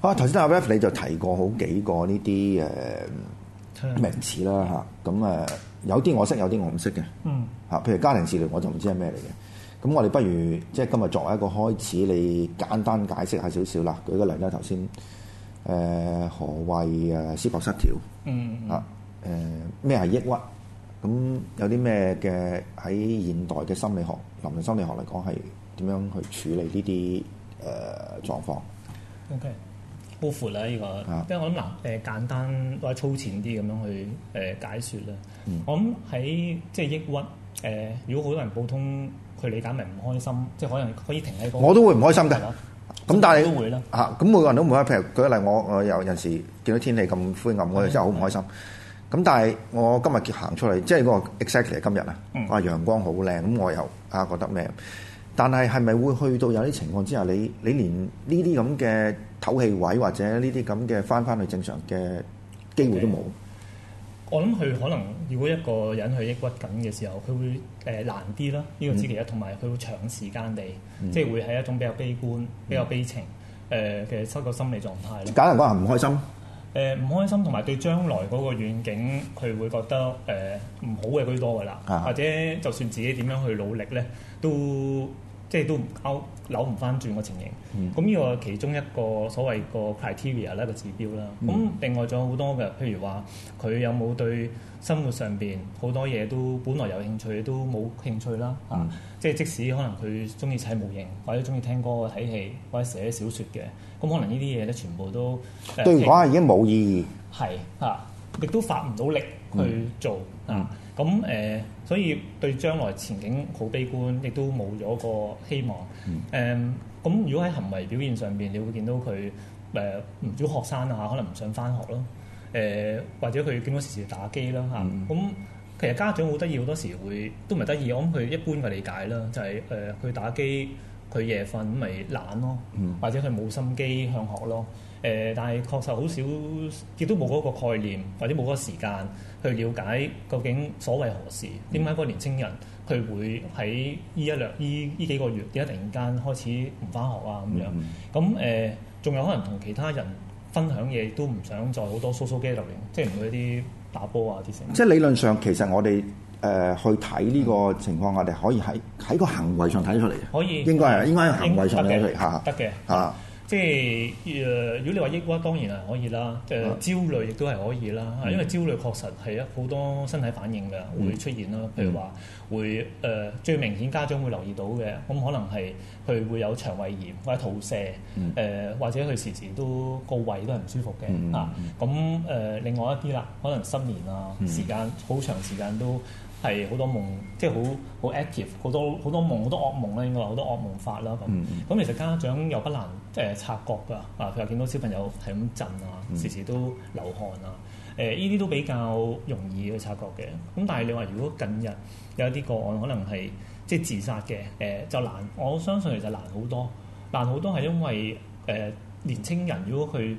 啊，頭先阿 Ralph 你就提過好幾個呢啲誒名詞啦嚇，咁誒、呃有啲我識，有啲我唔識嘅嗯，嚇。譬如家庭治療，我就唔知係咩嚟嘅。咁我哋不如即係今日作為一個開始，你簡單解釋下少少啦。舉個例啦，頭先誒何謂誒思覺失調？嗯，啊誒咩係抑鬱？咁有啲咩嘅喺現代嘅心理學、臨床心理學嚟講係點樣去處理呢啲誒狀況？ OK，好闊啦呢個啊，即係我諗嗱誒簡單或者粗淺啲咁樣去誒、呃解説啦。嗯我諗喺即係抑鬱誒、呃如果好多人普通佢理解咪唔開心，即係可能可以停喺嗰個我都會唔開心嘅係啦。咁但係都會啦嚇，咁每個人都唔開心。譬如舉個例，我我有陣時見到天氣咁灰暗，我哋真係好唔開心。咁但係我今日行出嚟，即係嗰個 exactly 係今日啊，嗯啊陽光好靚，咁我又啊覺得咩？但係係咪會去到有啲情況之下，你你連呢啲咁嘅唞氣位或者呢啲咁嘅翻翻去正常嘅機會都冇？我諗佢可能如果一個人去抑鬱緊嘅時候，佢會誒、呃、難啲啦，呢、個知其一，同埋佢會長時間地，嗯即係會係一種比較悲觀、比較悲情誒嘅失個心理狀態咯。簡單講係唔開心。誒呃唔開心，同埋對將來嗰個遠景，佢會覺得呃誒唔、好嘅居多㗎啦，啊或者就算自己點樣去努力咧，都即係都唔拗扭唔翻轉個情嗯形。咁呢、個係其中一個所謂個 criteria 啦，個指標啦。嗯咁、另外仲有好多嘅，譬如話佢有冇對生活上邊好多嘢都本來有興趣，都冇興趣啦。啊嗯即係即使可能佢中意砌模型，或者中意聽歌、睇戲，或者寫小説嘅，咁可能呢啲嘢咧全部都呃誒對我係已經冇意義。係啊，亦都發唔到力去做、啊。咁誒、呃所以對將來前景好悲觀，亦都冇咗個希望。誒、嗯咁、如果喺行為表現上邊，你會見到佢誒唔少學生啊，可能唔想翻學咯。誒、呃或者佢見到時時打機啦嚇，咁、其實家長好得意，好多時會都唔係得意，我諗佢一般嘅理解啦，就係誒佢打機，佢夜瞓咪懶咯，或者佢冇心機向學咯。誒、但係確實好少，亦都冇嗰個概念，或者冇嗰個時間去了解究竟所謂何事，點解嗰個年青人佢會喺呢一兩呢呢幾個月點解突然間開始唔翻學啊咁樣？咁誒、仲有可能同其他人分享嘢都唔想再好多 social gathering，即係唔會一啲打波啊啲成。即係理論上，其實我哋誒、呃去睇呢個情況，我哋可以喺喺個行為上睇得出嚟嘅。可以應該係應該係行為上得睇得嘅出嚟嚇得嘅。嚇。即係誒、呃如果你話抑鬱當然係可以啦，誒、啊嗯焦慮亦都係可以啦，啊因為焦慮確實係有好多身體反應嘅會出現啦，譬嗯如話會誒、呃最明顯家長會留意到嘅，咁可能係佢會有腸胃炎或者肚瀉，誒、或者佢時時都個胃都係唔舒服嘅、嗯啊，咁誒、呃另外一啲啦，可能失眠啊，嗯時間好長時間都。係好多夢，即係好好 active，好多好多夢，好多噩夢啦，應該話好多噩夢法啦咁。咁、其實家長又不難誒、呃察覺㗎，啊佢又見到小朋友係咁震啊，時時都流汗啊，誒呢啲都比較容易去察覺嘅。咁但係你話如果近日有一啲個案可能係即係自殺嘅，誒、就難，我相信其實難好多，難好多係因為誒、呃年青人如果佢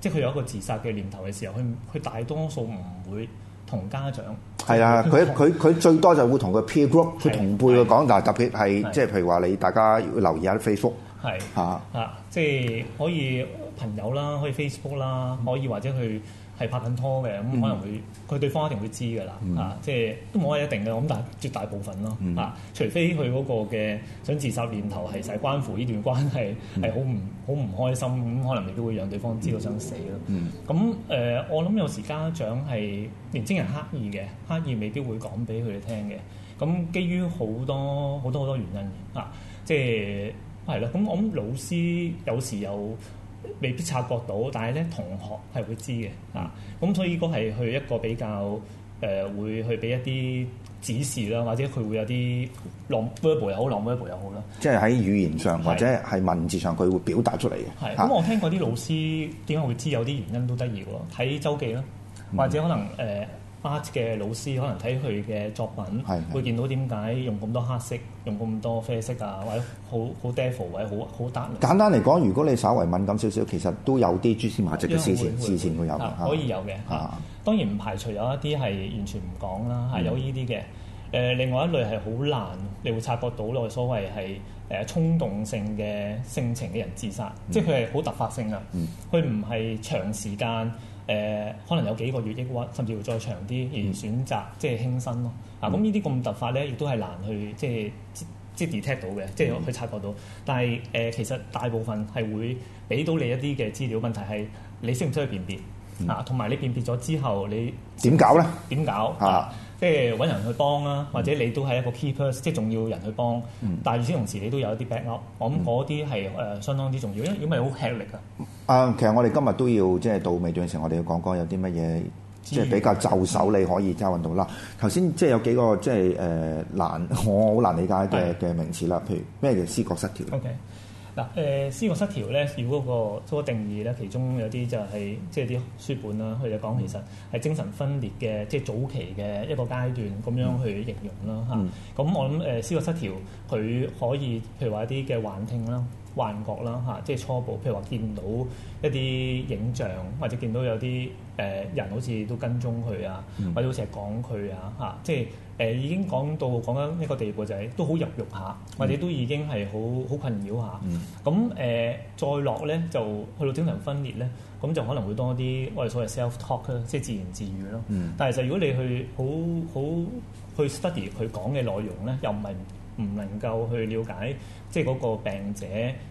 即係佢有一個自殺嘅念頭嘅時候，佢佢大多數唔會同家長。係啊啦，佢佢佢最多就會同佢 peer group，佢係同輩去講，但係特別係係即係譬如話你大家要留意下啲 Facebook 係嚇，啊，即係可以朋友啦，可以 Facebook 啦，可以或者佢係拍緊拖嘅，咁可能會佢對方一定會知㗎啦，啊，即係都冇話一定嘅，咁但係絕大部分咯，啊，除非佢嗰個嘅想自殺念頭係實關乎呢段關係係好唔好唔開心，咁可能未必會讓對方知道想死咯。咁誒、呃我諗有時家長係年青人刻意嘅，刻意未必會講俾佢哋聽嘅。咁基於好多好多好多原因嘅啊，即係係啦。咁我諗老師有時又未必察覺到，但係咧同學係會知嘅啊。咁所以嗰係去一個比較誒、呃，會去俾一啲指示啦，或者佢會有啲 non verbal 又好，non verbal 又好啦。即係喺語言上係或者係文字上，佢會表達出嚟嘅。係，咁嚇我聽過啲老師點解會知有啲原因都得意喎，睇周記啦，嗯或者可能誒、呃 art 嘅老師可能睇佢嘅作品係係，會見到點解用咁多黑色、用咁多啡色啊，或者好好 devil 或者好好 dark 簡單嚟講，如果你稍為敏感少少，其實都有啲蛛絲馬跡嘅視會線，視線會有啊嘅可以有嘅。啊嗯當然唔排除有一啲係完全唔講啦，係有呢啲嘅。誒另外一類係好難，你會察覺到我哋所謂係誒衝動性嘅性情嘅人自殺，即係佢係好突發性啊嗯。佢唔係長時間誒、可能有幾個月抑鬱，甚至乎再長啲嗯而選擇即係輕生咯。啊，咁呢啲咁突發咧，亦都係難去即係。即係 detect 到嘅，即嗯係去察覺到。但係誒、呃其實大部分係會俾到你一啲嘅資料。問題係你識唔識去辨別、嗯啊？同埋你辨別咗之後，你點搞咧？點搞啊嗯啊？即係揾人去幫啦，或者你都係一個 key person，即係重要人去幫。但係與此同時，你都有一啲 back up，我嗯諗嗰啲係誒相當之重要，因為如果唔係好吃力啊。啊，其實我哋今日都要即係到尾段嘅時候，我哋要講講有啲乜嘢。即嗯係比較就手你可以揸運到啦。頭先即係有幾個即係誒、呃、難， 我好難理解嘅係嗯嘅名詞啦。譬如咩叫思覺失調？ OK，嗱誒思覺失調咧，如果個嗰個定義咧，其中有啲就係即係啲書本啦，佢就講其實嗯係精神分裂嘅即係早期嘅一個階段咁樣去形容啦嚇。嗯咁、我諗呃誒思覺失調佢可以譬如話一啲嘅幻聽啦。幻覺啦嚇，即係初步，譬如話見到一啲影像，或者見到有啲誒、呃人好似都跟蹤佢啊，或者好似係講佢啊嚇，即係誒、呃已經講到講緊一個地步就係、都好入肉下，或者都已經係好好困擾下。咁誒、呃再落咧就去到精神分裂咧，咁就可能會多啲我哋所謂 self talk 啦，即係自言自語咯。嗯但係其實如果你去好好去 study 佢講嘅內容咧，又唔係唔能夠去了解即係嗰個病者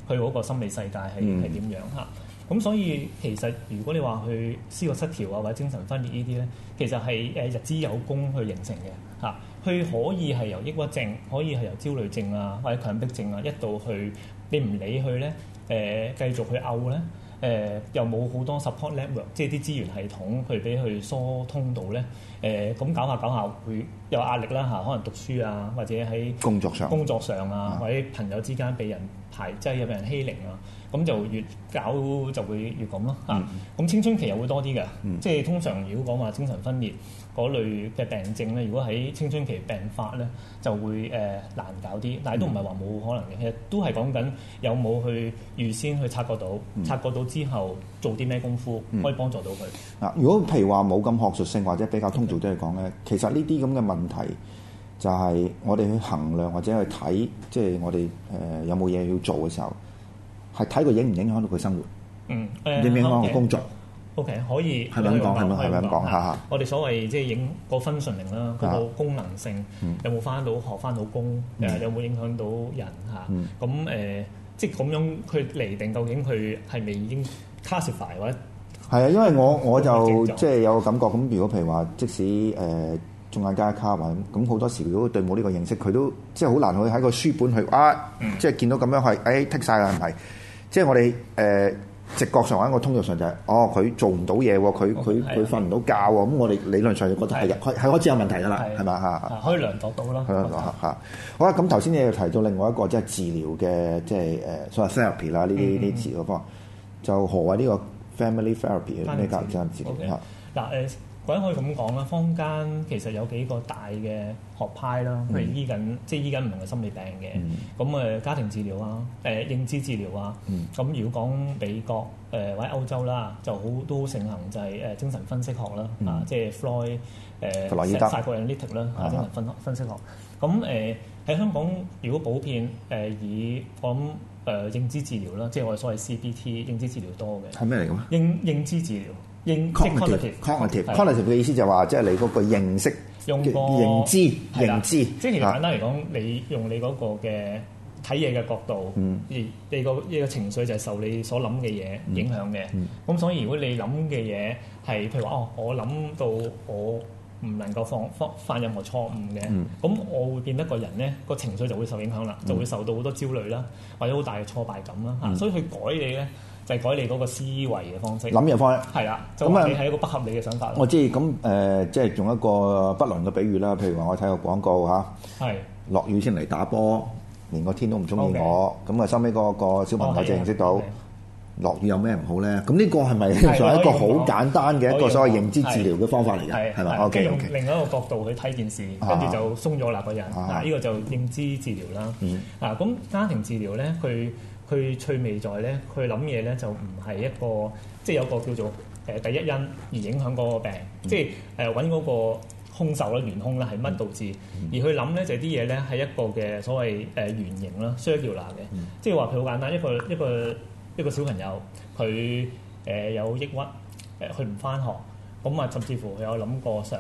佢嗰個心理世界係嗯係點樣嚇。咁所以其實如果你話去思覺失調啊或者精神分裂呢啲咧，其實係呃誒日之有功去形成嘅嚇。佢可以係由抑鬱症，可以係由焦慮症啊，或者強迫症啊，一到去你唔理佢咧，誒、繼續去漚咧，誒、又冇好多 support network，即係啲資源系統去俾佢疏通到咧，誒、呃咁搞下搞下會有壓力啦嚇，可能讀書啊，或者喺工作上工作上啊，啊或者朋友之間俾人排擠啊，俾人欺凌啊，咁就越搞就會越咁咯啊嚇。咁、嗯青春期又會多啲嘅，即係通常如果講話精神分裂嗰類嘅病症咧，如果喺青春期病發咧，就會誒、呃、難搞啲，但係都唔嗯係話冇可能嘅，其實都係講緊有冇去預先去察覺到，嗯察覺到之後做啲咩功夫可以幫助到佢。嗱，啊如果譬如話冇咁學術性或者比較通俗啲嚟講咧，其實呢啲咁嘅問題就係我哋去衡量或者去睇，即係我哋誒、呃有冇嘢要做嘅時候，係睇佢影唔影響到佢生活，嗯，誒、影唔影響 OK 佢工作。 O、k 可以係咪咁講係咪可以係咪咁講嚇嚇我哋所謂即係影個分順令啦，嗰個功能性有冇翻到學翻到工，誒有冇影響到人嗯嚇？咁誒即係咁樣去釐定究竟佢係咪已經 classify 或者係啊，因為嗯我我就症狀即係有個感覺咁。如果譬如話，即使誒、呃中間加一卡或者咁好多時，如果對冇呢個認識，佢都即係好難去喺個書本去啊，嗯即係見到咁樣係誒剔晒啦，係咪？即係我哋誒、呃直覺上或者一個通道上就係、哦，佢做唔到嘢喎，佢佢係啊佢瞓唔到覺喎，咁我哋理論上就覺得係係入係係開始有問題㗎啦，係咪嚇？啊可以量度到啦。係啦，嚇嚇。好啊啦，咁頭先你又提到另外一個即係治療嘅，即係誒所謂 therapy 嗯啦，呢啲呢啲治療方法，就何謂呢個 family therapy 咩教育家庭治療 OK 嚇？嗱誒，或者可以咁講啦，坊間其實有幾個大嘅學派啦，嗯譬如醫緊即係醫緊唔同嘅心理病嘅，咁誒、家庭治療啊，誒、認知治療啊，嗯咁、如果講美國誒、或者歐洲啦，就好都好盛行就係、誒精神分析學啦，啊即係 Freud 誒嗯弗洛伊德法國 analytic 啦，啊啊精神分分析學，咁誒喺香港如果普遍誒、以我諗誒、認知治療啦，即係我哋所謂 CBT 認知治療多嘅。係咩嚟嘅咩認認知治療，認即係 cognitive cognitive 係 cognitive 嘅意思就話即係你嗰個認識用嘅個認知係啦認知啊即係其實簡單嚟講，你用你嗰個嘅睇嘢嘅角度，嗯而你個你個情緒就係受你所諗嘅嘢影響嘅。嗯咁所以如果你諗嘅嘢係譬如話哦，我諗到我。唔能夠放放犯任何錯誤嘅，咁、嗯我會變得個人咧個情緒就會受影響啦，就會受到好多焦慮啦，或者好大嘅挫敗感啦嚇，啊嗯所以佢改你咧就係、改你嗰個思維嘅方式，諗嘢方法。係啦，就咁啊話你係一個不合理嘅想法我咯，知咁誒，即係用一個不倫嘅比喻啦，譬如話我睇個廣告嚇。係。落雨先嚟打波，連個天都唔中意我，咁啊收尾嗰個小朋友就認識到哦係啊落雨有咩唔好咧？咁呢個係咪就係一個好簡單嘅一個所謂認知治療嘅方法嚟嘅？係咪係即係？OK 用 OK，另一個角度去睇件事，啊跟住就鬆咗啦個人。啊嗯嗱，呢個就認知治療啦。啊，咁家庭治療咧，佢佢趣味在咧，佢諗嘢咧就唔係一個嗯即係有個叫做誒第一因而影響嗰個病，即係誒揾嗰個兇手啦、元兇啦係乜導致，嗯而去諗咧就係啲嘢咧係一個嘅所謂誒原型啦 c i r c u l a 嘅，嗯即係話佢好簡單，一個一個一個小朋友佢誒有抑鬱，誒佢唔翻學，咁啊甚至乎佢有諗過想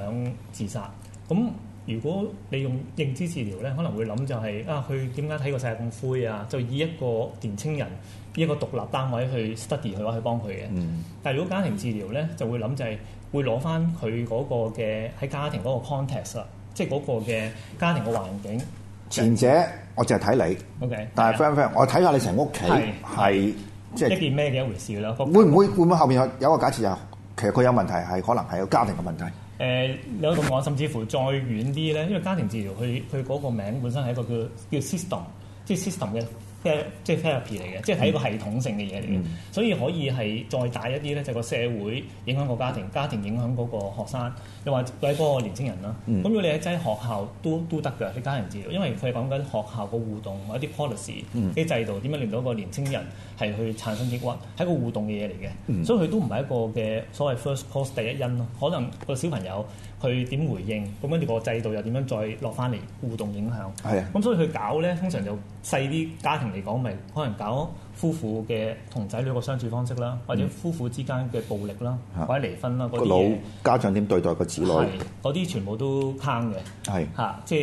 自殺，咁。如果你用認知治療咧，可能會諗就係、啊，佢點解睇個世界咁灰啊？就以一個年青人以一個獨立單位去 study 佢話去幫佢嘅。嗯但係如果家庭治療咧，就會諗就係會攞翻佢嗰個嘅喺家庭嗰個 context 啦，即係嗰個嘅家庭嘅環境。前者我淨係睇你， OK，但係係啊 friend friend，我睇下你成屋企係係即一係件咩嘅一回事啦。個會唔會會唔會後面有有一個假設就係其實佢有問題係可能係有家庭嘅問題。誒、你呃有咁講，甚至乎再遠啲咧，因為家庭治療佢佢嗰個名本身係一個叫叫 system，即係 system 嘅 the- 即係 therapy 嚟嘅，即係係一個系統性嘅嘢嚟嘅，所以可以係再大一啲咧，就個社會影響個家庭，家庭影響嗰個學生，又或者嗰個年青人啦。咁、如果你喺喺學校都都得㗎，你家庭嗯治療，因為佢係講緊學校個互動或者啲 policy 啲制度點樣令到一個年青人係去產生抑鬱，係一個互動嘅嘢嚟嘅，嗯所以佢都唔係一個嘅所謂 first cause 第一因咯。可能個小朋友佢點回應，咁跟住個制度又點樣再落翻嚟互動影響。係啊咁所以佢搞咧，通常就細啲家庭嚟講，咪可能搞夫婦嘅同仔女個相處方式啦，或者夫婦之間嘅暴力啦，嗯嚇或者離婚啦嗰個啲老嘢。家長點對待個子女係嗰啲全部都坑嘅係嚇，即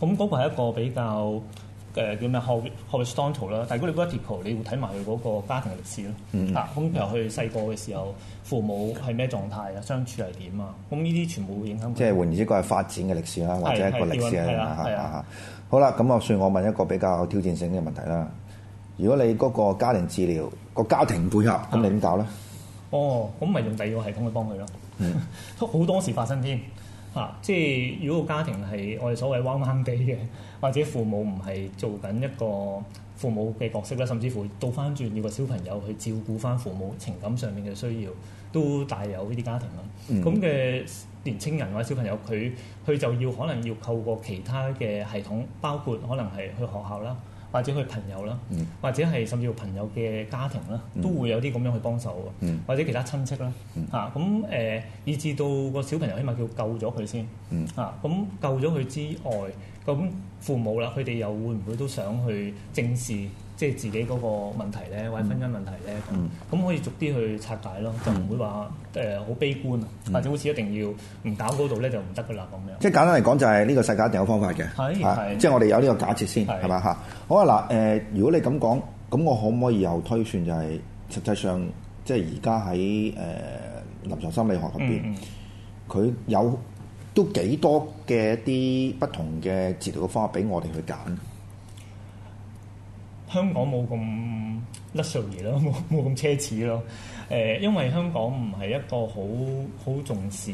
係咁嗰個係一個比較誒、呃叫咩 hor- horizontal 啦。但係如果你 vertical，你會睇埋佢嗰個家庭嘅歷史咯嚇。咁譬如佢細個嘅時候，父母係咩狀態啊，相處係點啊，咁呢啲全部會影響佢。即係換言之，個係發展嘅歷史啦，或者一個歷史係係啦。係係嚇啊嚇好啦，咁我算我問一個比較挑戰性嘅問題啦。如果你嗰個家庭治療個家庭配合，啊咁你點搞咧？哦，咁咪用第二個系統去幫佢咯。都 好、多時發生添嚇、啊即係如果個家庭係我哋所謂彎彎地嘅， 或者父母唔係做緊一個父母嘅角色咧，甚至乎倒翻轉要個小朋友去照顧翻父母情感上面嘅需要，都大有呢啲家庭啦。咁嘅、年青人或者小朋友，佢佢就要可能要透過其他嘅系統，包括可能係去學校啦。或者佢朋友啦，或者係甚至乎朋友嘅家庭啦，都會有啲咁樣去幫手嘅，或者其他親戚啦，嚇咁誒，以至到個小朋友起碼叫救咗佢先，嚇咁救咗佢之外，咁父母啦，佢哋又會唔會都想去正視即係自己嗰個問題咧，或者婚姻問題咧？咁咁可以逐啲去拆解咯，就唔會話誒好悲觀啊，或者好似一定要唔搞嗰度咧就唔得噶啦咁樣。即係簡單嚟講，就係呢個世界一定有方法嘅。係嚇係即係我哋有呢個假設先，係係嘛嚇？好啊嗱，誒，如果你咁講，咁我可唔可以又推算就係實際上，即係而家喺誒臨床心理學入邊嗯，嗯佢有都幾多嘅一啲不同嘅治療嘅方法俾我哋去揀？香港冇咁 luxury 咯， 冇冇咁奢侈咯。誒、因為香港唔係一個好好重視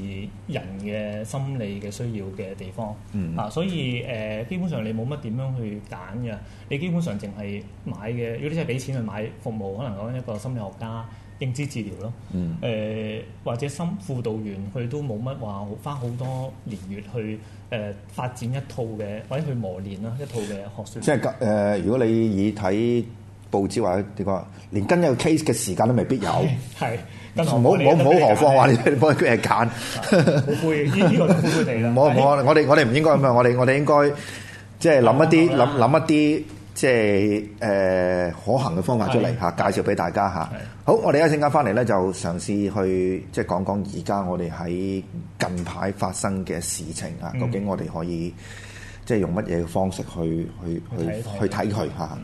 人嘅心理嘅需要嘅地方，嗯啊，所以誒、基本上你冇乜點樣去揀嘅，你基本上淨係買嘅。如果你真係俾錢去買服務，可能講緊一個心理學家、認知治療咯，誒、或者心輔導員，佢都冇乜話好花好多年月去誒、發展一套嘅，或者去磨練啦一套嘅學術。即係誒、呃如果你以睇報紙或者點講，連跟一個 case 嘅時間都未必有，唔係，更好唔好唔好何況話 你幫佢哋揀，好灰，呢呢個就灰灰地啦。唔好唔好，我哋我哋唔應該咁樣，我哋我哋應該即係諗一啲諗諗諗一啲即係誒、呃可行嘅方法出嚟係嚇，介紹俾大家嚇係。好，我哋一陣間翻嚟咧就嘗試去即係講講而家我哋喺近排發生嘅事情嗯啊，究竟我哋可以即係用乜嘢嘅方式去去去去睇睇去睇佢嚇。